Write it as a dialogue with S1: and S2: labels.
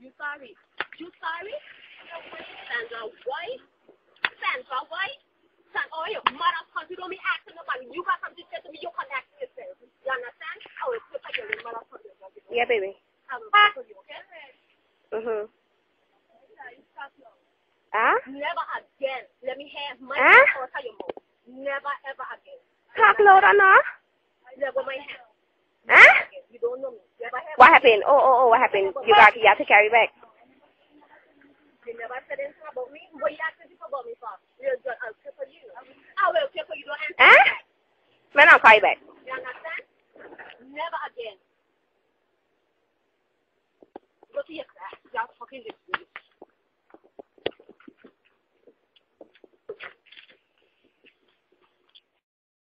S1: Yusari. Yusari stands on white, stands on white, stand on your mother's country. Don't be acting nobody. You got something to say to me, you can't act yourself. You understand? I will put like your mother's country.
S2: Yeah, baby.
S1: I will put you, okay?
S2: Mhm.
S1: Yeah, you stop now.
S2: Huh?
S1: Never again. Let me have my
S2: Huh?
S1: hand out of your mouth. Never ever again.
S2: Talk loud or not?
S1: Never my hand.
S2: Huh?
S1: again. You don't know me. Never have.
S2: What happened? Oh, oh, oh, what happened? You got, you have to carry back.
S1: You never said anything about me. What you asking people about me for? You're just I'll care for you. I will care for you. Don't answer.
S2: Huh? Man, I'll call you back.
S1: You understand? Never again. Look at your class. Y'all fucking this.